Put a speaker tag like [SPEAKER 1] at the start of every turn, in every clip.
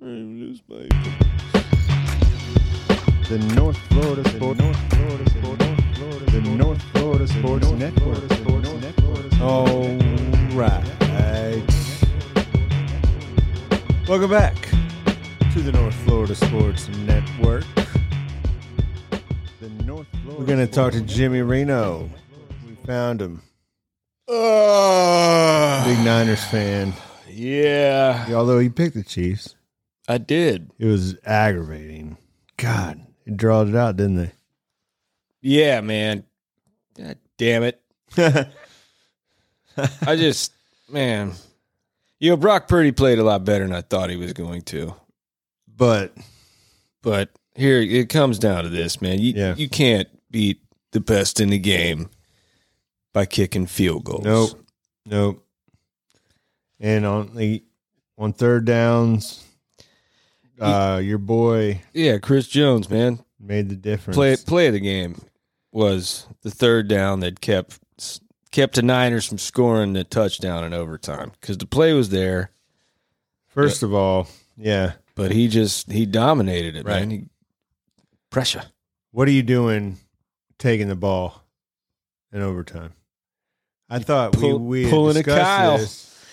[SPEAKER 1] I lose my.
[SPEAKER 2] The North Florida Sports North Florida Sports The North Florida Sports Network Sports Network.
[SPEAKER 1] All right. Welcome back to the North Florida Sports Network.
[SPEAKER 2] The North Florida
[SPEAKER 1] We're going to
[SPEAKER 2] Sports
[SPEAKER 1] talk to
[SPEAKER 2] Network.
[SPEAKER 1] Jimmy Reno. We found him. Big
[SPEAKER 3] Uh,
[SPEAKER 1] Niners fan.
[SPEAKER 3] yeah,
[SPEAKER 1] Although he picked the Chiefs,
[SPEAKER 3] I did.
[SPEAKER 1] it was aggravating. God, it drawed it out, didn't they?
[SPEAKER 3] Yeah, man. God damn it. I just, man. You know, Brock Purdy played a lot better than I thought he was going to.
[SPEAKER 1] But
[SPEAKER 3] But here, it comes down to this, man. You,
[SPEAKER 1] Yeah.
[SPEAKER 3] you can't beat the best in the game by kicking field goals.
[SPEAKER 1] Nope. Nope. And on the on third downs, uh, your boy
[SPEAKER 3] Yeah, Chris Jones, man.
[SPEAKER 1] made the difference.
[SPEAKER 3] Play, play of the game was the third down that kept kept the Niners from scoring the touchdown in overtime because the play was there.
[SPEAKER 1] First of all, yeah.
[SPEAKER 3] but he just he dominated it,
[SPEAKER 1] Right.
[SPEAKER 3] man. He, pressure.
[SPEAKER 1] What are you doing taking the ball in overtime? I thought
[SPEAKER 3] Pull-
[SPEAKER 1] we, we
[SPEAKER 3] pulling a
[SPEAKER 1] had discussed
[SPEAKER 3] Kyle.
[SPEAKER 1] this.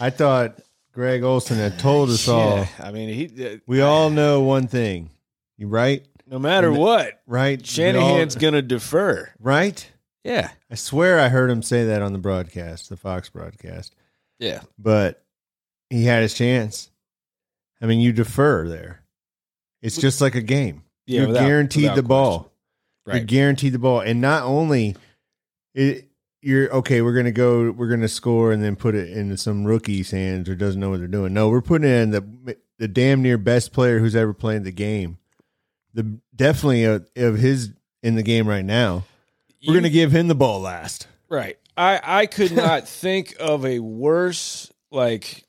[SPEAKER 1] I thought Greg Olson had told us all.
[SPEAKER 3] I mean, he uh,
[SPEAKER 1] We all know one thing. You right?
[SPEAKER 3] no matter what,
[SPEAKER 1] Right? We
[SPEAKER 3] Shanahan's
[SPEAKER 1] all-
[SPEAKER 3] gonna defer.
[SPEAKER 1] right?
[SPEAKER 3] Yeah,
[SPEAKER 1] I swear I heard him say that on the broadcast, the Fox broadcast.
[SPEAKER 3] yeah,
[SPEAKER 1] but he had his chance. I mean, you defer there. It's just like a game.
[SPEAKER 3] yeah.
[SPEAKER 1] You're
[SPEAKER 3] without-
[SPEAKER 1] guaranteed
[SPEAKER 3] without
[SPEAKER 1] the ball.
[SPEAKER 3] question.
[SPEAKER 1] You're
[SPEAKER 3] right?
[SPEAKER 1] guaranteed the ball, and not only it, you're okay. We're gonna go. We're gonna score, and then put it into some rookie's hands or doesn't know what they're doing. No, we're putting it in the the damn near best player who's ever played the game. The definitely of, of his in the game right now. We're
[SPEAKER 3] You-
[SPEAKER 1] gonna give him the ball last.
[SPEAKER 3] right. I I could not think of a worse like.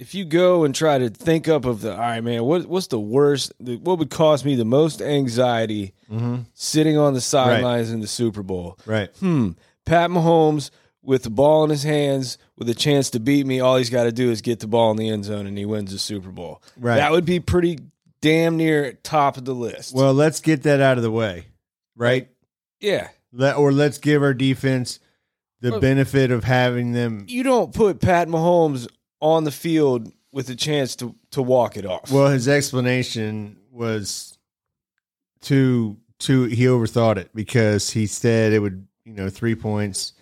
[SPEAKER 3] If you go and try to think up of the all right, man, what what's the worst? The, what would cause me the most anxiety
[SPEAKER 1] Mm-hmm.
[SPEAKER 3] sitting on the sidelines in the Super Bowl?
[SPEAKER 1] Right.
[SPEAKER 3] hmm, Pat Mahomes with the ball in his hands with a chance to beat me, all he's got to do is get the ball in the end zone and he wins the Super Bowl.
[SPEAKER 1] Right.
[SPEAKER 3] That would be pretty damn near top of the list.
[SPEAKER 1] Well, let's get that out of the way. Right.
[SPEAKER 3] yeah.
[SPEAKER 1] Let, or let's give our defense the
[SPEAKER 3] Well-
[SPEAKER 1] benefit of having them.
[SPEAKER 3] You don't put Pat Mahomes on the field with a chance to, to walk it off.
[SPEAKER 1] Well, his explanation was too too he overthought it because he said it would you know three points,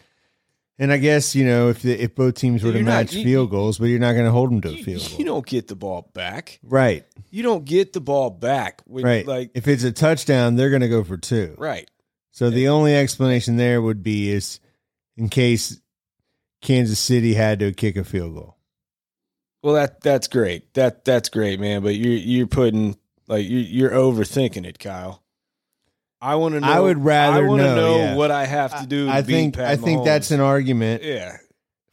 [SPEAKER 1] and I guess you know if the, if both teams were to
[SPEAKER 3] You're not-
[SPEAKER 1] match
[SPEAKER 3] you-
[SPEAKER 1] field goals, but you're not going to hold them to a
[SPEAKER 3] you,
[SPEAKER 1] field
[SPEAKER 3] you
[SPEAKER 1] goal,
[SPEAKER 3] don't get the ball back.
[SPEAKER 1] right?
[SPEAKER 3] You don't get the ball back. When,
[SPEAKER 1] Right.
[SPEAKER 3] Like,
[SPEAKER 1] if it's a touchdown, they're going to go for two.
[SPEAKER 3] right.
[SPEAKER 1] So the only explanation there would be is in case Kansas City had to kick a field goal.
[SPEAKER 3] Well, that that's great. That that's great, man. But you're you're putting like you're, you're overthinking it, Kyle. I want to. know.
[SPEAKER 1] I would rather
[SPEAKER 3] I wanna
[SPEAKER 1] know,
[SPEAKER 3] know,
[SPEAKER 1] yeah.
[SPEAKER 3] what I have to do. To
[SPEAKER 1] I
[SPEAKER 3] beat
[SPEAKER 1] think
[SPEAKER 3] Pat
[SPEAKER 1] I think that's
[SPEAKER 3] Mahomes.
[SPEAKER 1] an argument
[SPEAKER 3] yeah.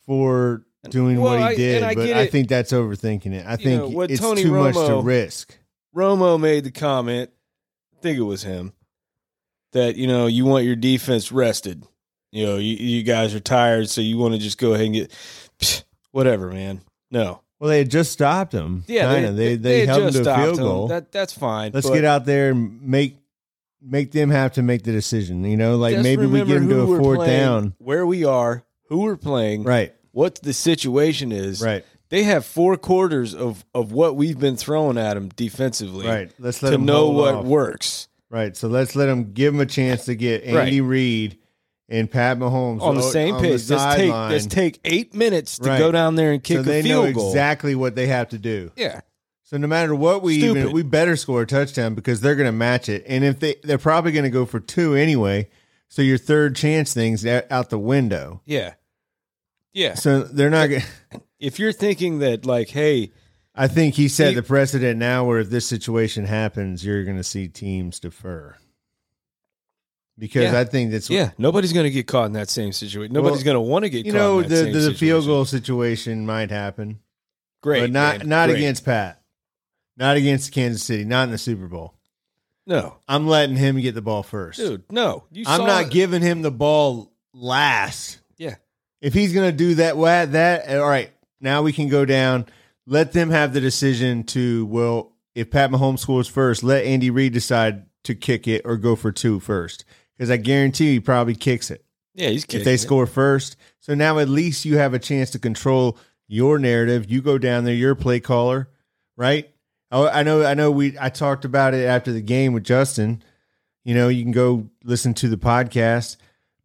[SPEAKER 1] for doing
[SPEAKER 3] Well,
[SPEAKER 1] what he
[SPEAKER 3] I-
[SPEAKER 1] did,
[SPEAKER 3] and I
[SPEAKER 1] but
[SPEAKER 3] get
[SPEAKER 1] I
[SPEAKER 3] it.
[SPEAKER 1] think that's overthinking it. I
[SPEAKER 3] You
[SPEAKER 1] think
[SPEAKER 3] know, what
[SPEAKER 1] it's
[SPEAKER 3] Tony
[SPEAKER 1] too much to
[SPEAKER 3] Romo-
[SPEAKER 1] risk.
[SPEAKER 3] Romo made the comment. I think it was him that you know you want your defense rested. You know you, you guys are tired, so you want to just go ahead and get psh, whatever, man. No,
[SPEAKER 1] Well, they had just stopped him.
[SPEAKER 3] yeah,
[SPEAKER 1] kinda. they, they
[SPEAKER 3] had
[SPEAKER 1] held him
[SPEAKER 3] just
[SPEAKER 1] to a
[SPEAKER 3] stopped
[SPEAKER 1] field
[SPEAKER 3] him.
[SPEAKER 1] goal.
[SPEAKER 3] That that's fine.
[SPEAKER 1] Let's
[SPEAKER 3] but-
[SPEAKER 1] get out there and make make them have to make the decision. You know, like
[SPEAKER 3] Just
[SPEAKER 1] maybe we
[SPEAKER 3] remember
[SPEAKER 1] get him to
[SPEAKER 3] who
[SPEAKER 1] a
[SPEAKER 3] we're
[SPEAKER 1] fourth
[SPEAKER 3] playing,
[SPEAKER 1] down.
[SPEAKER 3] where we are, who we're playing,
[SPEAKER 1] Right,
[SPEAKER 3] what the situation is.
[SPEAKER 1] right,
[SPEAKER 3] They have four quarters of of what we've been throwing at them defensively
[SPEAKER 1] right. Let's let
[SPEAKER 3] to
[SPEAKER 1] him
[SPEAKER 3] know
[SPEAKER 1] hold
[SPEAKER 3] what
[SPEAKER 1] off.
[SPEAKER 3] works.
[SPEAKER 1] Right, so let's let him give him a chance to get
[SPEAKER 3] Right.
[SPEAKER 1] Andy Reid and Pat Mahomes
[SPEAKER 3] On the
[SPEAKER 1] o-
[SPEAKER 3] same
[SPEAKER 1] on the
[SPEAKER 3] page, let's take
[SPEAKER 1] sideline
[SPEAKER 3] let's take eight minutes to
[SPEAKER 1] Right.
[SPEAKER 3] go down there and kick
[SPEAKER 1] so they
[SPEAKER 3] a
[SPEAKER 1] know
[SPEAKER 3] field goal.
[SPEAKER 1] exactly what they have to do.
[SPEAKER 3] Yeah,
[SPEAKER 1] So no matter what we even,
[SPEAKER 3] Stupid.
[SPEAKER 1] we better score a touchdown because they're going to match it, and if they they're probably going to go for two anyway. So your third chance things out out the window.
[SPEAKER 3] yeah, yeah.
[SPEAKER 1] So they're not. gonna-
[SPEAKER 3] If you're thinking that like, hey,
[SPEAKER 1] I think he set
[SPEAKER 3] You-
[SPEAKER 1] the precedent now where if this situation happens, you're going to see teams defer because
[SPEAKER 3] Yeah.
[SPEAKER 1] I think that's
[SPEAKER 3] yeah, nobody's going to get caught in that same situation. Nobody's going to want to get
[SPEAKER 1] you
[SPEAKER 3] caught
[SPEAKER 1] know
[SPEAKER 3] in that
[SPEAKER 1] the
[SPEAKER 3] same
[SPEAKER 1] the, the field
[SPEAKER 3] situation.
[SPEAKER 1] goal situation might happen,
[SPEAKER 3] Great,
[SPEAKER 1] but not
[SPEAKER 3] man,
[SPEAKER 1] not
[SPEAKER 3] great.
[SPEAKER 1] against Pat, not against Kansas City, not in the Super Bowl.
[SPEAKER 3] no,
[SPEAKER 1] I'm letting him get the ball first.
[SPEAKER 3] dude, no. You
[SPEAKER 1] I'm
[SPEAKER 3] saw
[SPEAKER 1] not
[SPEAKER 3] it.
[SPEAKER 1] giving him the ball last.
[SPEAKER 3] Yeah.
[SPEAKER 1] eh, If he's going to do that, wa- that all right. Now we can go down. let them have the decision to well, if Pat Mahomes scores first, let Andy Reid decide to kick it or go for two first. Because I guarantee he probably kicks it
[SPEAKER 3] Yeah, he's kicking
[SPEAKER 1] if they
[SPEAKER 3] it.
[SPEAKER 1] score first. So now at least you have a chance to control your narrative. You go down there, you're a play caller, right? Oh, I, I know, I know. We I talked about it after the game with Justin. You know, you can go listen to the podcast,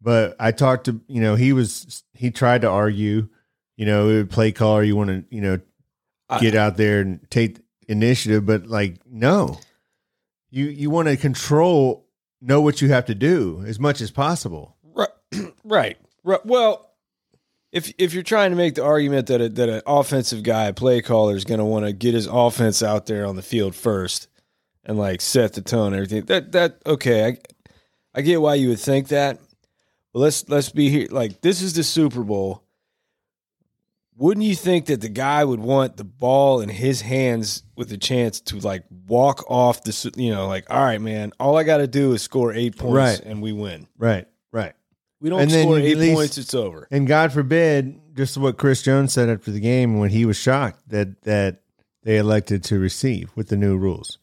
[SPEAKER 1] but I talked to you know he was he tried to argue. You know, play caller, you want to you know
[SPEAKER 3] I-
[SPEAKER 1] get out there and take initiative, but like no, you you want to control, know what you have to do as much as possible.
[SPEAKER 3] Right. right. Right. Well, if if you're trying to make the argument that a, that an offensive guy, a play caller, is going to want to get his offense out there on the field first and like set the tone, and everything that that okay, I I get why you would think that. But let's let's be here. Like this is the Super Bowl. Wouldn't you think that the guy would want the ball in his hands with a chance to like walk off the, su- you know, like, all right, man, all I got to do is score eight points
[SPEAKER 1] Right.
[SPEAKER 3] and we win.
[SPEAKER 1] Right, right.
[SPEAKER 3] We don't
[SPEAKER 1] And then
[SPEAKER 3] score
[SPEAKER 1] you
[SPEAKER 3] eight
[SPEAKER 1] at least-
[SPEAKER 3] points, it's over.
[SPEAKER 1] And God forbid, just what Chris Jones said after the game when he was shocked that that they elected to receive with the new rules,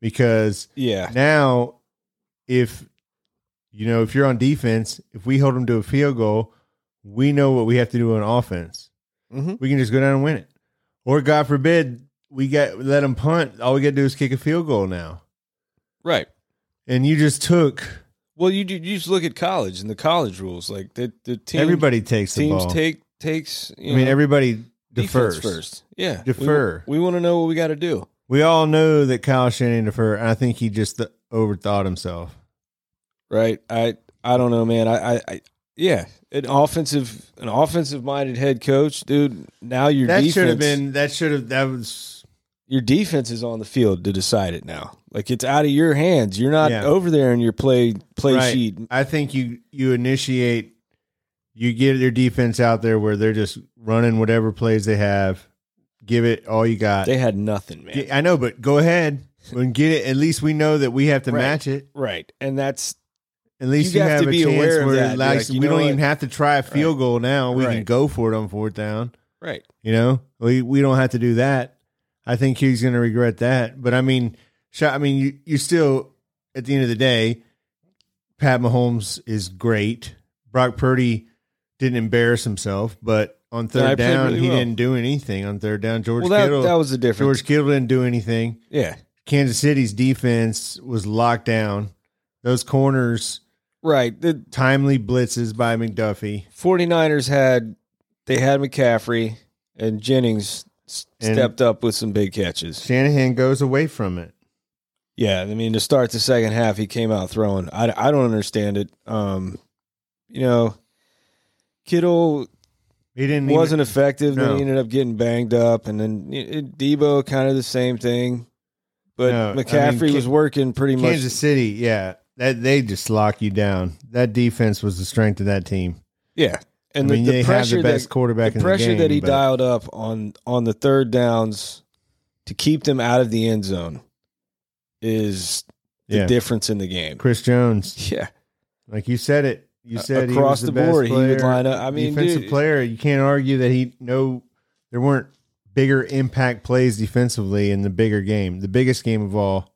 [SPEAKER 1] because
[SPEAKER 3] Yeah.
[SPEAKER 1] now if you know if you're on defense, if we hold them to a field goal, we know what we have to do on offense.
[SPEAKER 3] Mhm.
[SPEAKER 1] We can just go down and win it, or God forbid, we got let them punt. All we got to do is kick a field goal now,
[SPEAKER 3] Right.
[SPEAKER 1] and you just took
[SPEAKER 3] Well, you do, you just look at college and the college rules. Like the the team,
[SPEAKER 1] everybody takes the
[SPEAKER 3] teams
[SPEAKER 1] ball.
[SPEAKER 3] take takes. You
[SPEAKER 1] I mean,
[SPEAKER 3] know,
[SPEAKER 1] everybody
[SPEAKER 3] defense
[SPEAKER 1] defers
[SPEAKER 3] first. Yeah, We-
[SPEAKER 1] Defer.
[SPEAKER 3] We, want to know what we got to do.
[SPEAKER 1] We all know that Kyle Shanahan deferred. and I think he just th- overthought himself.
[SPEAKER 3] Right. I I don't know, man. I I, I yeah, an offensive an offensive minded head coach, dude. Now your
[SPEAKER 1] that
[SPEAKER 3] defense
[SPEAKER 1] should have been. That should have. That was.
[SPEAKER 3] your defense is on the field to decide it now. Like it's out of your hands. You're not
[SPEAKER 1] Yeah.
[SPEAKER 3] over there in your play play
[SPEAKER 1] Right.
[SPEAKER 3] sheet.
[SPEAKER 1] I think you you initiate. You get their defense out there where they're just running whatever plays they have. Give it all you got.
[SPEAKER 3] They had nothing, man.
[SPEAKER 1] Get- I know, but go ahead and get it. At least we know that we have to
[SPEAKER 3] Right.
[SPEAKER 1] match it.
[SPEAKER 3] Right, and that's
[SPEAKER 1] At least
[SPEAKER 3] You
[SPEAKER 1] you,
[SPEAKER 3] have
[SPEAKER 1] have,
[SPEAKER 3] to
[SPEAKER 1] a
[SPEAKER 3] be
[SPEAKER 1] chance
[SPEAKER 3] aware of
[SPEAKER 1] where
[SPEAKER 3] that. Be
[SPEAKER 1] like,
[SPEAKER 3] like,
[SPEAKER 1] we
[SPEAKER 3] you know
[SPEAKER 1] don't
[SPEAKER 3] what?
[SPEAKER 1] even have to try a field
[SPEAKER 3] Right.
[SPEAKER 1] goal now. We can
[SPEAKER 3] Right.
[SPEAKER 1] go for it on fourth down.
[SPEAKER 3] right.
[SPEAKER 1] You know, we we don't have to do that. I think he's going to regret that. But I mean, Sha- I mean, you you still at the end of the day, Pat Mahomes is great. Brock Purdy didn't embarrass himself, but on
[SPEAKER 3] No, he
[SPEAKER 1] third
[SPEAKER 3] played
[SPEAKER 1] down,
[SPEAKER 3] really
[SPEAKER 1] he
[SPEAKER 3] well.
[SPEAKER 1] didn't do anything. On third down, George
[SPEAKER 3] Well, that
[SPEAKER 1] Kittle,
[SPEAKER 3] that was the difference.
[SPEAKER 1] George Kittle didn't do anything.
[SPEAKER 3] yeah,
[SPEAKER 1] Kansas City's defense was locked down. Those corners,
[SPEAKER 3] right. The
[SPEAKER 1] timely blitzes by McDuffie.
[SPEAKER 3] 49ers had they had McCaffrey and Jennings s-
[SPEAKER 1] And-
[SPEAKER 3] stepped up with some big catches.
[SPEAKER 1] Shanahan goes away from it.
[SPEAKER 3] Yeah, I mean to start the second half, he came out throwing. I, I don't understand it. Um, you know, Kittle
[SPEAKER 1] He didn't even-
[SPEAKER 3] wasn't effective. Then
[SPEAKER 1] No.
[SPEAKER 3] he ended up getting banged up, and then y- it- Debo kind of the same thing. But
[SPEAKER 1] No, I mean,
[SPEAKER 3] McCaffrey
[SPEAKER 1] Ki-
[SPEAKER 3] was working pretty much.
[SPEAKER 1] Kansas City, yeah, that they just lock you down. That defense was the strength of that team.
[SPEAKER 3] Yeah, and
[SPEAKER 1] And I mean,
[SPEAKER 3] the,
[SPEAKER 1] they have
[SPEAKER 3] the pressure
[SPEAKER 1] the
[SPEAKER 3] that
[SPEAKER 1] best quarterback
[SPEAKER 3] the
[SPEAKER 1] in the
[SPEAKER 3] pressure
[SPEAKER 1] game.
[SPEAKER 3] that he
[SPEAKER 1] but-
[SPEAKER 3] dialed up on on the third downs to keep them out of the end zone is the
[SPEAKER 1] yeah.
[SPEAKER 3] difference in the game.
[SPEAKER 1] Chris Jones,
[SPEAKER 3] Yeah,
[SPEAKER 1] like you said it, you said he
[SPEAKER 3] across
[SPEAKER 1] was the,
[SPEAKER 3] the board,
[SPEAKER 1] best
[SPEAKER 3] he would
[SPEAKER 1] player,
[SPEAKER 3] line up. I mean,
[SPEAKER 1] defensive
[SPEAKER 3] dude,
[SPEAKER 1] player. You can't argue that he no, there weren't bigger impact plays defensively in the bigger game, the biggest game of all,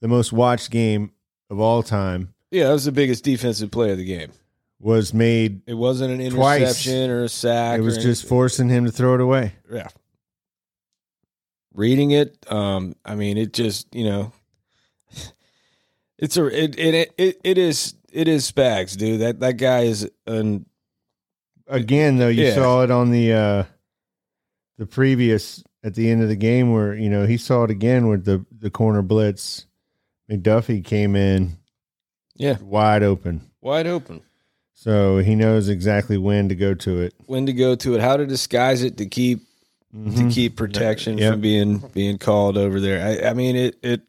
[SPEAKER 1] the most watched game of all time
[SPEAKER 3] yeah, that was the biggest defensive play of the game.
[SPEAKER 1] was made.
[SPEAKER 3] It wasn't an
[SPEAKER 1] Twice.
[SPEAKER 3] interception or a sack.
[SPEAKER 1] It
[SPEAKER 3] or
[SPEAKER 1] was just
[SPEAKER 3] anything.
[SPEAKER 1] forcing him to throw it away.
[SPEAKER 3] yeah. Reading it, um, I mean, it just you know, it's a it it it, it is it is Spags, dude. That that guy is an
[SPEAKER 1] again though you
[SPEAKER 3] Yeah.
[SPEAKER 1] saw it on the uh the previous at the end of the game where you know he saw it again with the the corner blitz mcduffie came in
[SPEAKER 3] Yeah.
[SPEAKER 1] wide open
[SPEAKER 3] wide open.
[SPEAKER 1] so he knows exactly when to go to it
[SPEAKER 3] when to go to it, how to disguise it to keep
[SPEAKER 1] Mhm.
[SPEAKER 3] to keep protection
[SPEAKER 1] Yep.
[SPEAKER 3] from being being called over there. I, I mean it it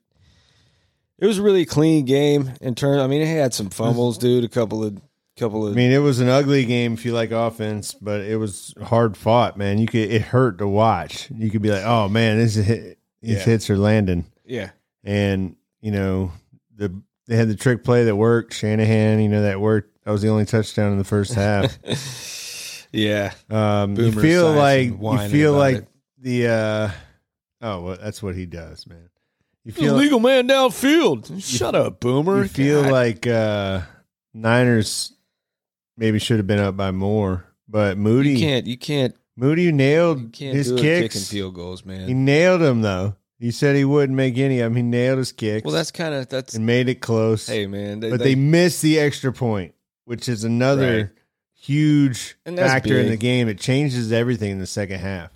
[SPEAKER 3] it was a really clean game in turn. I mean it had some fumbles, dude. A couple of couple
[SPEAKER 1] Mm-hmm. i
[SPEAKER 3] of
[SPEAKER 1] mean it was an ugly game if you like offense but it was hard fought man you could it hurt to watch you could be like oh man this is hit, these
[SPEAKER 3] Yeah.
[SPEAKER 1] hits are landing
[SPEAKER 3] yeah
[SPEAKER 1] and you know the they had the trick play that worked shanahan you know that worked that was the only touchdown in the first half
[SPEAKER 3] yeah
[SPEAKER 1] Um, you
[SPEAKER 3] Boomer
[SPEAKER 1] feel
[SPEAKER 3] size
[SPEAKER 1] like
[SPEAKER 3] and
[SPEAKER 1] you
[SPEAKER 3] whining
[SPEAKER 1] feel
[SPEAKER 3] about
[SPEAKER 1] like
[SPEAKER 3] it.
[SPEAKER 1] the uh oh well, that's what he does, man. You feel
[SPEAKER 3] Illegal man downfield. Shut up, Boomer.
[SPEAKER 1] you feel
[SPEAKER 3] God.
[SPEAKER 1] like uh Niners maybe should have been up by more, but Moody
[SPEAKER 3] you can't you can't
[SPEAKER 1] Moody
[SPEAKER 3] you
[SPEAKER 1] nailed
[SPEAKER 3] can't
[SPEAKER 1] Mm, his
[SPEAKER 3] do it kicking
[SPEAKER 1] kicks.
[SPEAKER 3] field goals,
[SPEAKER 1] He
[SPEAKER 3] man.
[SPEAKER 1] nailed them though. He said he wouldn't make any of them. He nailed his kicks.
[SPEAKER 3] Well, that's kind of that's
[SPEAKER 1] and made it close.
[SPEAKER 3] hey man.
[SPEAKER 1] but they, missed the extra point, which is another
[SPEAKER 3] Right.
[SPEAKER 1] huge
[SPEAKER 3] And that's
[SPEAKER 1] factor in
[SPEAKER 3] big.
[SPEAKER 1] the game. It changes everything in the second half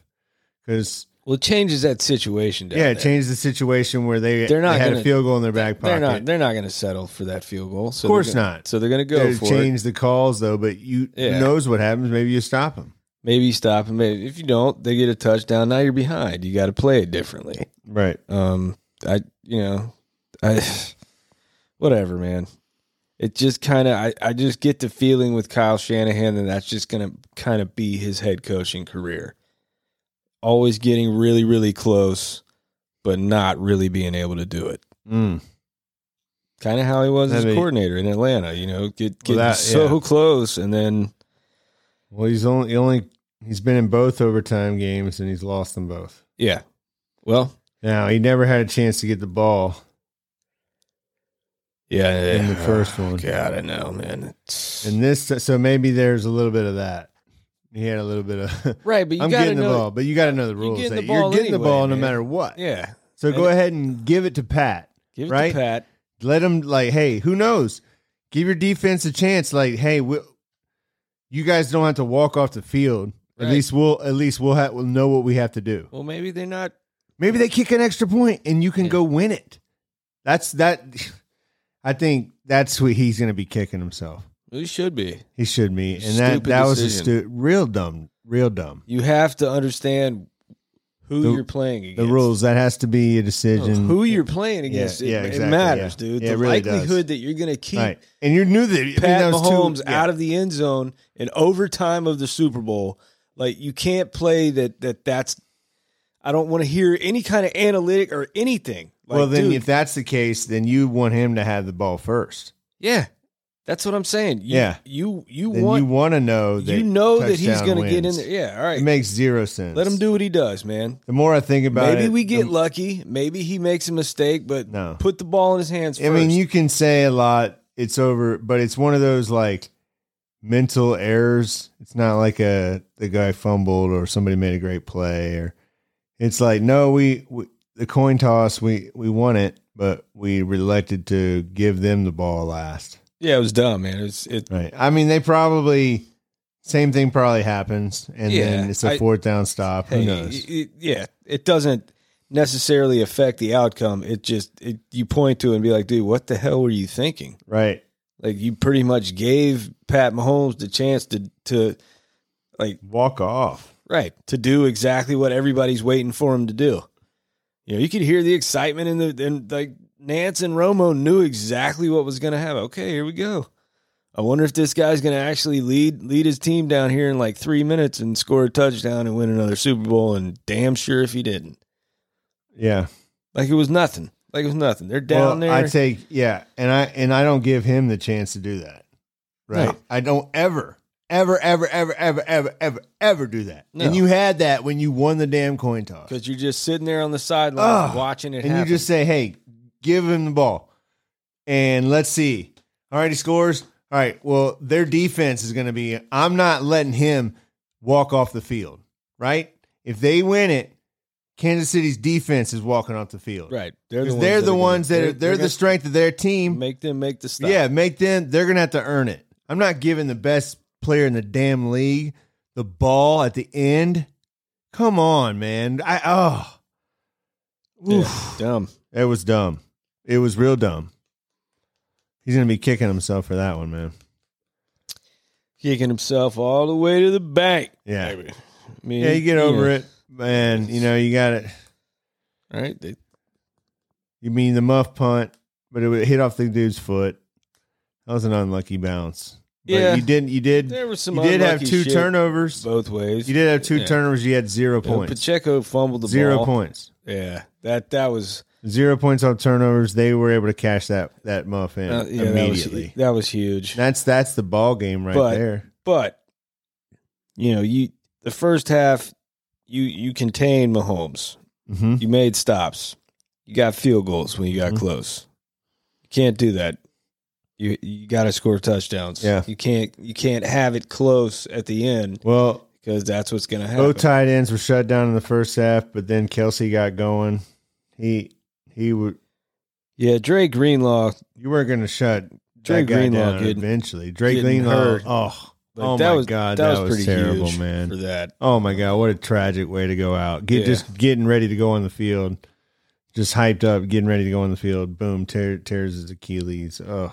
[SPEAKER 1] because
[SPEAKER 3] well it changes that situation. Down
[SPEAKER 1] yeah, it
[SPEAKER 3] there.
[SPEAKER 1] changed the situation where they
[SPEAKER 3] They're not
[SPEAKER 1] they had
[SPEAKER 3] gonna-
[SPEAKER 1] a field goal in their back
[SPEAKER 3] They're
[SPEAKER 1] pocket.
[SPEAKER 3] not. They're not going to settle for that field goal. So
[SPEAKER 1] of course
[SPEAKER 3] they're gonna,
[SPEAKER 1] not.
[SPEAKER 3] So they're going to go
[SPEAKER 1] They
[SPEAKER 3] for it.
[SPEAKER 1] change the calls though, but you who
[SPEAKER 3] Yeah.
[SPEAKER 1] knows what happens. Maybe you stop them,
[SPEAKER 3] Maybe you stop and maybe if you don't, they get a touchdown. Now you're behind. You got to play it differently.
[SPEAKER 1] right?
[SPEAKER 3] Um, I you know, I whatever, man. It just kind of I, I just get the feeling with Kyle Shanahan that that's just going to kind of be his head coaching career. Always getting really really close, but not really being able to do it.
[SPEAKER 1] Mm.
[SPEAKER 3] Kind of how he was as
[SPEAKER 1] That'd be-
[SPEAKER 3] coordinator in Atlanta, you know, get get
[SPEAKER 1] Well, that-
[SPEAKER 3] so
[SPEAKER 1] yeah.
[SPEAKER 3] close and then
[SPEAKER 1] Well, he's only he only he's been in both overtime games and he's lost them both.
[SPEAKER 3] yeah. Well,
[SPEAKER 1] Now he never had a chance to get the ball.
[SPEAKER 3] yeah,
[SPEAKER 1] In the
[SPEAKER 3] yeah.
[SPEAKER 1] first one.
[SPEAKER 3] God, I know, man. It's-
[SPEAKER 1] And this, so maybe there's a little bit of that. He had a little bit of.
[SPEAKER 3] right, but you
[SPEAKER 1] I'm
[SPEAKER 3] got to
[SPEAKER 1] getting the
[SPEAKER 3] know.
[SPEAKER 1] ball, but you got to know the rules.
[SPEAKER 3] getting
[SPEAKER 1] that
[SPEAKER 3] the
[SPEAKER 1] you're
[SPEAKER 3] ball
[SPEAKER 1] getting the
[SPEAKER 3] anyway,
[SPEAKER 1] ball no
[SPEAKER 3] man.
[SPEAKER 1] matter what.
[SPEAKER 3] Yeah,
[SPEAKER 1] So go
[SPEAKER 3] And-
[SPEAKER 1] ahead and give it to Pat.
[SPEAKER 3] give it
[SPEAKER 1] Right?
[SPEAKER 3] to Pat.
[SPEAKER 1] Let him like, hey, who knows? Give your defense a chance. Like, hey, we, you guys don't have to walk off the field.
[SPEAKER 3] Right.
[SPEAKER 1] At least we'll at least we'll have we'll know what we have to do.
[SPEAKER 3] Well, maybe they're not.
[SPEAKER 1] Maybe they kick an extra point and you can
[SPEAKER 3] Yeah.
[SPEAKER 1] go win it. That's that. I think that's what he's going to be kicking himself.
[SPEAKER 3] They should be.
[SPEAKER 1] He should be, and that
[SPEAKER 3] Stupid
[SPEAKER 1] that was a
[SPEAKER 3] decision.
[SPEAKER 1] stu- real dumb, real dumb.
[SPEAKER 3] You have to understand who
[SPEAKER 1] The-
[SPEAKER 3] you're playing
[SPEAKER 1] The
[SPEAKER 3] against.
[SPEAKER 1] rules that has to be a decision.
[SPEAKER 3] Who you're playing against.
[SPEAKER 1] yeah,
[SPEAKER 3] it,
[SPEAKER 1] exactly,
[SPEAKER 3] it matters,
[SPEAKER 1] yeah.
[SPEAKER 3] dude.
[SPEAKER 1] Yeah,
[SPEAKER 3] the
[SPEAKER 1] it really does.
[SPEAKER 3] likelihood that you're going to keep
[SPEAKER 1] right? And you knew that I mean,
[SPEAKER 3] Pat
[SPEAKER 1] that was two-
[SPEAKER 3] Mahomes
[SPEAKER 1] yeah.
[SPEAKER 3] out of the end zone in overtime of the Super Bowl. Like you can't play that. That that's. I don't want to hear any kind of analytic or anything. Like,
[SPEAKER 1] well, then
[SPEAKER 3] dude,
[SPEAKER 1] if that's the case, then you want him to have the ball first.
[SPEAKER 3] yeah, that's what I'm saying. You,
[SPEAKER 1] Yeah.
[SPEAKER 3] you you
[SPEAKER 1] Then
[SPEAKER 3] want
[SPEAKER 1] you want to know that
[SPEAKER 3] you know that he's
[SPEAKER 1] touchdown
[SPEAKER 3] going to get in
[SPEAKER 1] wins.
[SPEAKER 3] there. Yeah, all right.
[SPEAKER 1] It makes zero sense.
[SPEAKER 3] Let him do what he does, man.
[SPEAKER 1] The more I think about
[SPEAKER 3] Maybe
[SPEAKER 1] it,
[SPEAKER 3] we get
[SPEAKER 1] the-
[SPEAKER 3] lucky. Maybe he makes a mistake, but
[SPEAKER 1] No.
[SPEAKER 3] put the ball in his hands
[SPEAKER 1] I
[SPEAKER 3] first.
[SPEAKER 1] mean, you can say a lot. It's over, but it's one of those like mental errors. It's not like a the guy fumbled or somebody made a great play or it's like no, we, we the coin toss we we won it, but we elected to give them the ball last.
[SPEAKER 3] yeah, it was dumb, man. It's it.
[SPEAKER 1] Right. I mean, they probably same thing probably happens, and then
[SPEAKER 3] Yeah,
[SPEAKER 1] it's a
[SPEAKER 3] I-
[SPEAKER 1] fourth down stop. Who
[SPEAKER 3] hey,
[SPEAKER 1] knows?
[SPEAKER 3] it- it- yeah, it doesn't necessarily affect the outcome. It just it, you point to it and be like, dude, what the hell were you thinking?
[SPEAKER 1] right.
[SPEAKER 3] Like you pretty much gave Pat Mahomes the chance to to like
[SPEAKER 1] Walk off.
[SPEAKER 3] right to do exactly what everybody's waiting for him to do. You know, you could hear the excitement in the and like Nance and Romo knew exactly what was going to happen. Okay, here we go. I wonder if this guy's going to actually lead lead his team down here in like three minutes and score a touchdown and win another Super Bowl. And damn sure if he didn't,
[SPEAKER 1] Yeah.
[SPEAKER 3] like it was nothing. Like it was nothing. They're down
[SPEAKER 1] Well,
[SPEAKER 3] there.
[SPEAKER 1] I take yeah, and I and I don't give him the chance to do that. Right.
[SPEAKER 3] No.
[SPEAKER 1] I don't ever, ever, ever, ever, ever, ever, ever, ever do that.
[SPEAKER 3] No.
[SPEAKER 1] And you had that when you won the damn coin toss, and
[SPEAKER 3] because you're just sitting there on the sideline
[SPEAKER 1] Ugh.
[SPEAKER 3] watching it
[SPEAKER 1] you
[SPEAKER 3] happen.
[SPEAKER 1] just say, "Hey, give him the ball, and let's see." All right, he scores. All right. Well, their defense is going to be. I'm not letting him walk off the field. Right. If they win it, Kansas City's defense is walking off the field.
[SPEAKER 3] right.
[SPEAKER 1] Because they're the ones that are, they're the
[SPEAKER 3] strength.
[SPEAKER 1] strength of their team.
[SPEAKER 3] Make them make the stop.
[SPEAKER 1] Yeah, make them. They're gonna have to earn it. I'm not giving the best player in the damn league the ball at the end. Come on, man. I oh,
[SPEAKER 3] Yeah,
[SPEAKER 1] Oof.
[SPEAKER 3] dumb.
[SPEAKER 1] it was dumb. It was real dumb. He's gonna be kicking himself for that one, man.
[SPEAKER 3] kicking himself all the way to the bank.
[SPEAKER 1] Yeah,
[SPEAKER 3] Maybe. I mean,
[SPEAKER 1] yeah. You get over it, man. You know you got it.
[SPEAKER 3] All right. They,
[SPEAKER 1] You mean the muff punt, but it would hit off the dude's foot. That was an unlucky bounce. But
[SPEAKER 3] Yeah.
[SPEAKER 1] you didn't. You did.
[SPEAKER 3] there was some.
[SPEAKER 1] You did have
[SPEAKER 3] unlucky
[SPEAKER 1] two
[SPEAKER 3] shit
[SPEAKER 1] turnovers.
[SPEAKER 3] both ways.
[SPEAKER 1] You did have two
[SPEAKER 3] Yeah.
[SPEAKER 1] turnovers. You had zero
[SPEAKER 3] You know,
[SPEAKER 1] points.
[SPEAKER 3] Pacheco fumbled the
[SPEAKER 1] zero
[SPEAKER 3] ball.
[SPEAKER 1] points.
[SPEAKER 3] Yeah, that that was
[SPEAKER 1] Zero points on turnovers. They were able to cash that that muff in
[SPEAKER 3] uh, yeah,
[SPEAKER 1] immediately.
[SPEAKER 3] That was, that was huge.
[SPEAKER 1] that's that's the ball game right
[SPEAKER 3] But-
[SPEAKER 1] there.
[SPEAKER 3] but you know, you the first half you you contained Mahomes.
[SPEAKER 1] Mm-hmm.
[SPEAKER 3] You made stops. You got field goals when you got
[SPEAKER 1] Mhm.
[SPEAKER 3] close. You can't do that. You you got to score touchdowns.
[SPEAKER 1] Yeah.
[SPEAKER 3] You can't you can't have it close at the end
[SPEAKER 1] Well,
[SPEAKER 3] because that's what's going to happen.
[SPEAKER 1] both tight ends were shut down in the first half, but then Kelsey got going. He he would.
[SPEAKER 3] yeah, Dre Greenlaw.
[SPEAKER 1] You weren't going to shut
[SPEAKER 3] Dre
[SPEAKER 1] that guy
[SPEAKER 3] Greenlaw
[SPEAKER 1] down
[SPEAKER 3] getting,
[SPEAKER 1] eventually. Drake
[SPEAKER 3] getting
[SPEAKER 1] Greenlaw.
[SPEAKER 3] hurt.
[SPEAKER 1] Oh,
[SPEAKER 3] but
[SPEAKER 1] oh
[SPEAKER 3] that
[SPEAKER 1] my
[SPEAKER 3] was
[SPEAKER 1] god,
[SPEAKER 3] that, was, pretty
[SPEAKER 1] terrible,
[SPEAKER 3] huge
[SPEAKER 1] man.
[SPEAKER 3] for that.
[SPEAKER 1] Oh my god, what a tragic way to go out. Get
[SPEAKER 3] Yeah.
[SPEAKER 1] just getting ready to go on the field, just hyped up, getting ready to go on the field. Boom, tear, tears his Achilles. Ugh.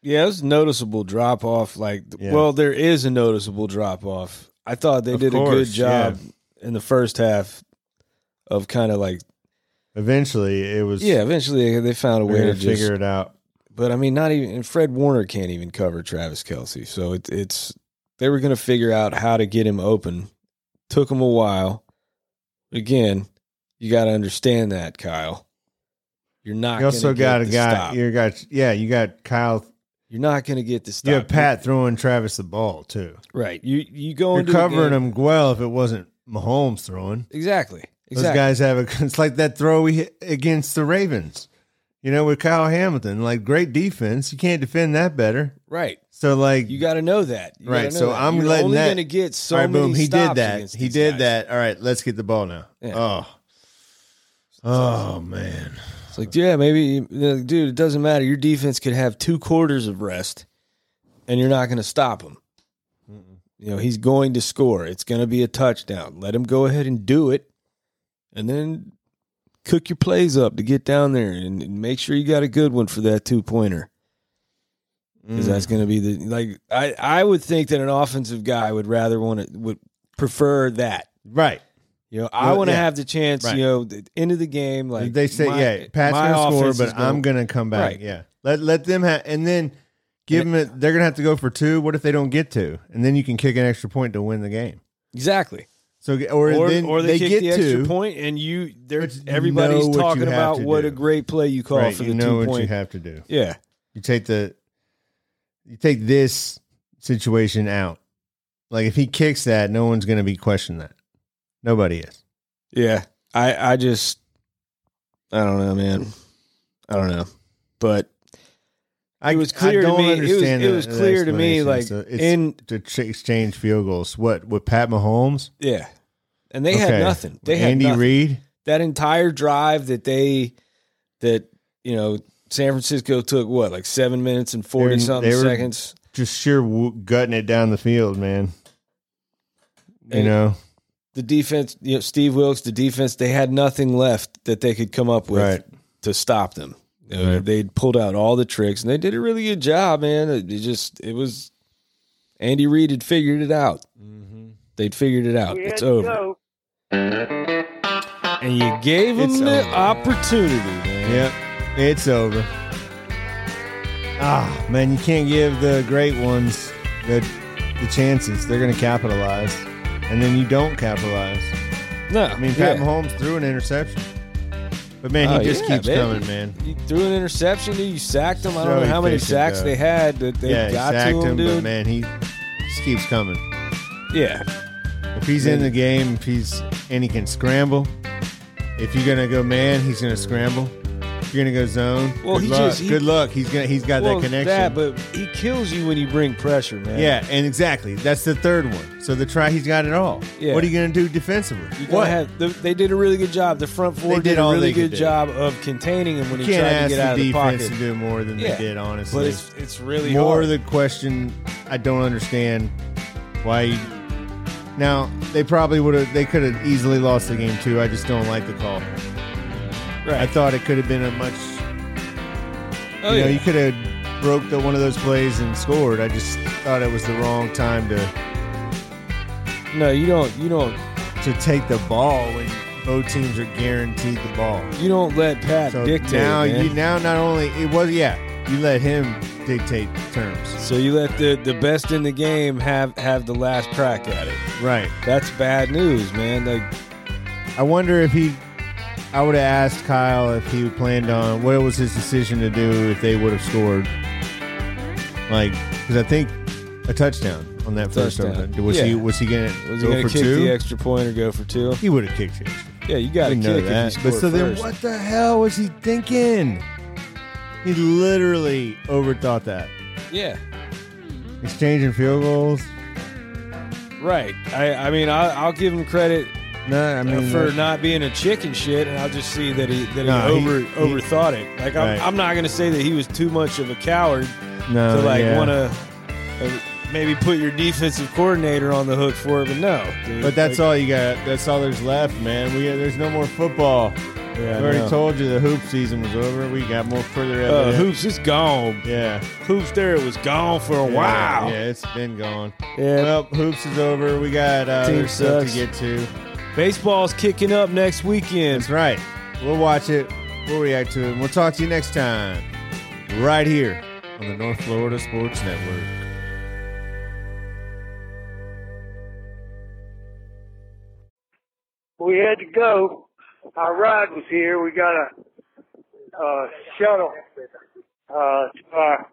[SPEAKER 3] Yeah, it was a noticeable drop off. Like,
[SPEAKER 1] Yeah.
[SPEAKER 3] well, there is a noticeable drop off. I thought they
[SPEAKER 1] Of
[SPEAKER 3] did a good
[SPEAKER 1] course,
[SPEAKER 3] job in the first half of kind of like
[SPEAKER 1] Eventually, it was.
[SPEAKER 3] yeah. Eventually, they found a
[SPEAKER 1] we're
[SPEAKER 3] way to
[SPEAKER 1] gonna
[SPEAKER 3] just
[SPEAKER 1] figure it out.
[SPEAKER 3] But I mean, not even and Fred Warner can't even cover Travis Kelsey. So it, it's they were going to figure out how to get him open. Took him a while. Again, you got to understand that, Kyle. You're not.
[SPEAKER 1] You also
[SPEAKER 3] gonna get
[SPEAKER 1] got a
[SPEAKER 3] the
[SPEAKER 1] guy.
[SPEAKER 3] stop.
[SPEAKER 1] You got yeah. You got Kyle.
[SPEAKER 3] You're not going to get the stop.
[SPEAKER 1] You have Pat throwing Travis the ball too.
[SPEAKER 3] Right. You you go
[SPEAKER 1] You're
[SPEAKER 3] into
[SPEAKER 1] covering
[SPEAKER 3] the game-
[SPEAKER 1] him well if it wasn't Mahomes throwing.
[SPEAKER 3] exactly.
[SPEAKER 1] Those
[SPEAKER 3] Exactly.
[SPEAKER 1] guys have a. It's like that throw we hit against the Ravens. You know, with Kyle Hamilton, like great defense. You can't defend that better.
[SPEAKER 3] right.
[SPEAKER 1] So like
[SPEAKER 3] You got to know that. You
[SPEAKER 1] Right,
[SPEAKER 3] gotta know
[SPEAKER 1] so
[SPEAKER 3] that.
[SPEAKER 1] I'm
[SPEAKER 3] You're
[SPEAKER 1] letting
[SPEAKER 3] only
[SPEAKER 1] that-
[SPEAKER 3] going to get so
[SPEAKER 1] All right,
[SPEAKER 3] many
[SPEAKER 1] boom. He
[SPEAKER 3] stops
[SPEAKER 1] did that.
[SPEAKER 3] against
[SPEAKER 1] He
[SPEAKER 3] these
[SPEAKER 1] did
[SPEAKER 3] guys.
[SPEAKER 1] that. All right, let's get the ball now.
[SPEAKER 3] Yeah.
[SPEAKER 1] Oh, oh man.
[SPEAKER 3] It's like, yeah, maybe, like, dude, it doesn't matter. Your defense could have two quarters of rest, and you're not going to stop him. You know, he's going to score. It's going to be a touchdown. Let him go ahead and do it, and then cook your plays up to get down there and, and make sure you got a good one for that two pointer. Because that's
[SPEAKER 1] Mm.
[SPEAKER 3] going to be the like I I would think that an offensive guy would rather want to would prefer that.
[SPEAKER 1] Mm. Right.
[SPEAKER 3] You know, I
[SPEAKER 1] Well,
[SPEAKER 3] want to
[SPEAKER 1] yeah.
[SPEAKER 3] have the chance.
[SPEAKER 1] Right.
[SPEAKER 3] You know, the end of the game, like
[SPEAKER 1] they say,
[SPEAKER 3] my-
[SPEAKER 1] yeah, Pat's
[SPEAKER 3] my
[SPEAKER 1] gonna score,
[SPEAKER 3] offense is
[SPEAKER 1] but
[SPEAKER 3] gonna-
[SPEAKER 1] I'm gonna come back.
[SPEAKER 3] Right.
[SPEAKER 1] Yeah. Let let them have, and then give them. A, they're gonna have to go for two. What if they don't get two? And then you can kick an extra point to win the game.
[SPEAKER 3] exactly.
[SPEAKER 1] So or,
[SPEAKER 3] or,
[SPEAKER 1] then
[SPEAKER 3] or they,
[SPEAKER 1] get
[SPEAKER 3] kick the
[SPEAKER 1] two.
[SPEAKER 3] extra point and you there
[SPEAKER 1] But you
[SPEAKER 3] everybody's
[SPEAKER 1] know what
[SPEAKER 3] talking
[SPEAKER 1] you have
[SPEAKER 3] about
[SPEAKER 1] to
[SPEAKER 3] what
[SPEAKER 1] do.
[SPEAKER 3] a great play you call
[SPEAKER 1] Right.
[SPEAKER 3] for
[SPEAKER 1] You
[SPEAKER 3] the
[SPEAKER 1] know
[SPEAKER 3] two
[SPEAKER 1] what you
[SPEAKER 3] point
[SPEAKER 1] have to do.
[SPEAKER 3] yeah
[SPEAKER 1] You take the. You take this situation out. Like if he kicks that, no one's gonna be questioning that. Nobody is.
[SPEAKER 3] yeah i i just i don't know man i don't know but
[SPEAKER 1] I,
[SPEAKER 3] it was clear to me it was, it was clear to me like
[SPEAKER 1] in
[SPEAKER 3] in
[SPEAKER 1] to ch- exchange field goals. What with Pat Mahomes?
[SPEAKER 3] yeah and they had
[SPEAKER 1] Okay.
[SPEAKER 3] nothing they
[SPEAKER 1] With
[SPEAKER 3] had
[SPEAKER 1] Andy
[SPEAKER 3] nothing.
[SPEAKER 1] Reid.
[SPEAKER 3] that entire drive that they that you know san francisco took what like seven minutes and 40
[SPEAKER 1] They were-
[SPEAKER 3] something
[SPEAKER 1] they were-
[SPEAKER 3] seconds
[SPEAKER 1] Just sheer w- gutting it down the field, man. You
[SPEAKER 3] And-
[SPEAKER 1] know,
[SPEAKER 3] the defense, you know, Steve Wilkes, the defense, they had nothing left that they could come up with
[SPEAKER 1] Right.
[SPEAKER 3] to stop them. You know,
[SPEAKER 1] Right.
[SPEAKER 3] They pulled out all the tricks and they did a really good job, man. It it just, it was Andy Reid had figured it out. They'd figured it out. it's over. And you gave them
[SPEAKER 1] It's
[SPEAKER 3] the
[SPEAKER 1] over.
[SPEAKER 3] opportunity, man.
[SPEAKER 1] yep, it's over. Ah, man, you can't give the great ones the the chances. They're going to capitalize, and then you don't capitalize.
[SPEAKER 3] No,
[SPEAKER 1] I mean, Pat
[SPEAKER 3] yeah.
[SPEAKER 1] Mahomes threw an interception, but man, he
[SPEAKER 3] Oh,
[SPEAKER 1] just
[SPEAKER 3] yeah,
[SPEAKER 1] keeps
[SPEAKER 3] man.
[SPEAKER 1] coming, man.
[SPEAKER 3] You threw an interception, dude. You sacked them. I
[SPEAKER 1] So
[SPEAKER 3] don't know how many
[SPEAKER 1] efficient,
[SPEAKER 3] sacks
[SPEAKER 1] though.
[SPEAKER 3] they had that they
[SPEAKER 1] yeah, he
[SPEAKER 3] got
[SPEAKER 1] sacked
[SPEAKER 3] to him,
[SPEAKER 1] him, but
[SPEAKER 3] dude.
[SPEAKER 1] man, he just keeps coming.
[SPEAKER 3] yeah.
[SPEAKER 1] If he's in the game, if he's and he can scramble. If you're gonna go man, he's gonna scramble. If you're gonna go zone,
[SPEAKER 3] Well,
[SPEAKER 1] good
[SPEAKER 3] he
[SPEAKER 1] luck.
[SPEAKER 3] just- he-
[SPEAKER 1] good luck. He's gonna he's got
[SPEAKER 3] Well,
[SPEAKER 1] that connection.
[SPEAKER 3] that, but he kills you when you bring pressure, man.
[SPEAKER 1] yeah, and exactly. That's the third one. So the try, he's got it all.
[SPEAKER 3] Yeah.
[SPEAKER 1] What are you gonna do defensively?
[SPEAKER 3] You gotta
[SPEAKER 1] what?
[SPEAKER 3] have- the, they did a really good job. The front
[SPEAKER 1] They
[SPEAKER 3] four did,
[SPEAKER 1] did
[SPEAKER 3] a
[SPEAKER 1] all
[SPEAKER 3] really
[SPEAKER 1] they could
[SPEAKER 3] good
[SPEAKER 1] do.
[SPEAKER 3] job of containing him when he
[SPEAKER 1] can't
[SPEAKER 3] tried to
[SPEAKER 1] ask
[SPEAKER 3] get out
[SPEAKER 1] the
[SPEAKER 3] of the
[SPEAKER 1] defense to
[SPEAKER 3] pocket.
[SPEAKER 1] do more than
[SPEAKER 3] Yeah.
[SPEAKER 1] they did, honestly.
[SPEAKER 3] But it's it's really
[SPEAKER 1] more
[SPEAKER 3] hard.
[SPEAKER 1] the question I don't understand why. You, now they probably would have. They could have easily lost the game too. I just don't like the call. I
[SPEAKER 3] right.
[SPEAKER 1] thought it could have been a much.
[SPEAKER 3] oh,
[SPEAKER 1] you
[SPEAKER 3] yeah.
[SPEAKER 1] know, you could have broke the, one of those plays and scored. I just thought it was the wrong time to
[SPEAKER 3] no, you don't. You don't.
[SPEAKER 1] to take the ball when both teams are guaranteed the ball.
[SPEAKER 3] You don't let Pat
[SPEAKER 1] So
[SPEAKER 3] dictate.
[SPEAKER 1] now
[SPEAKER 3] man.
[SPEAKER 1] you now not only it was yeah you let him dictate the terms
[SPEAKER 3] so you let the, the best in the game have have the last crack at it.
[SPEAKER 1] right.
[SPEAKER 3] That's bad news, man. Like
[SPEAKER 1] I wonder if he. I would have asked Kyle if he planned on what was his decision to do if they would have scored. Like, because I think a touchdown on that first
[SPEAKER 3] Touchdown.
[SPEAKER 1] touchdown. Was he
[SPEAKER 3] Yeah.
[SPEAKER 1] was he gonna
[SPEAKER 3] Was he
[SPEAKER 1] go
[SPEAKER 3] going to
[SPEAKER 1] for
[SPEAKER 3] kick
[SPEAKER 1] two?
[SPEAKER 3] the extra point or go for two?
[SPEAKER 1] he would have kicked it.
[SPEAKER 3] Yeah, you got to
[SPEAKER 1] We
[SPEAKER 3] kick
[SPEAKER 1] know
[SPEAKER 3] if
[SPEAKER 1] that.
[SPEAKER 3] you
[SPEAKER 1] But
[SPEAKER 3] score
[SPEAKER 1] so then,
[SPEAKER 3] first.
[SPEAKER 1] what the hell was he thinking? He literally overthought that.
[SPEAKER 3] Yeah,
[SPEAKER 1] Exchanging field goals.
[SPEAKER 3] right. I, I mean, I, I'll give him credit
[SPEAKER 1] No, I
[SPEAKER 3] uh,
[SPEAKER 1] mean
[SPEAKER 3] for not being a chicken shit, and I'll just see that he that
[SPEAKER 1] Nah,
[SPEAKER 3] he
[SPEAKER 1] he-
[SPEAKER 3] over
[SPEAKER 1] he-
[SPEAKER 3] overthought it. Like I'm,
[SPEAKER 1] Right.
[SPEAKER 3] I'm not going to say that he was too much of a coward
[SPEAKER 1] no,
[SPEAKER 3] to like
[SPEAKER 1] yeah.
[SPEAKER 3] want to uh, maybe put your defensive coordinator on the hook for it, but no. dude.
[SPEAKER 1] But that's
[SPEAKER 3] Like,
[SPEAKER 1] all you got. That's all there's left, man. We there's no more football.
[SPEAKER 3] yeah,
[SPEAKER 1] I already
[SPEAKER 3] no.
[SPEAKER 1] told you the hoop season was over. We got more further.
[SPEAKER 3] Uh,
[SPEAKER 1] evidence.
[SPEAKER 3] hoops is gone.
[SPEAKER 1] Yeah.
[SPEAKER 3] Hoops there was gone for a
[SPEAKER 1] Yeah,
[SPEAKER 3] while.
[SPEAKER 1] Yeah, it's been gone.
[SPEAKER 3] Yeah.
[SPEAKER 1] Well, hoops is over. We got uh,
[SPEAKER 3] Team
[SPEAKER 1] other stuff
[SPEAKER 3] sucks.
[SPEAKER 1] to get to.
[SPEAKER 3] Baseball's kicking up next weekend.
[SPEAKER 1] That's right. We'll watch it. We'll react to it. And we'll talk to you next time, right here on the North Florida Sports Network.
[SPEAKER 4] we had to go. Our ride was here. We got a uh, shuttle uh, to our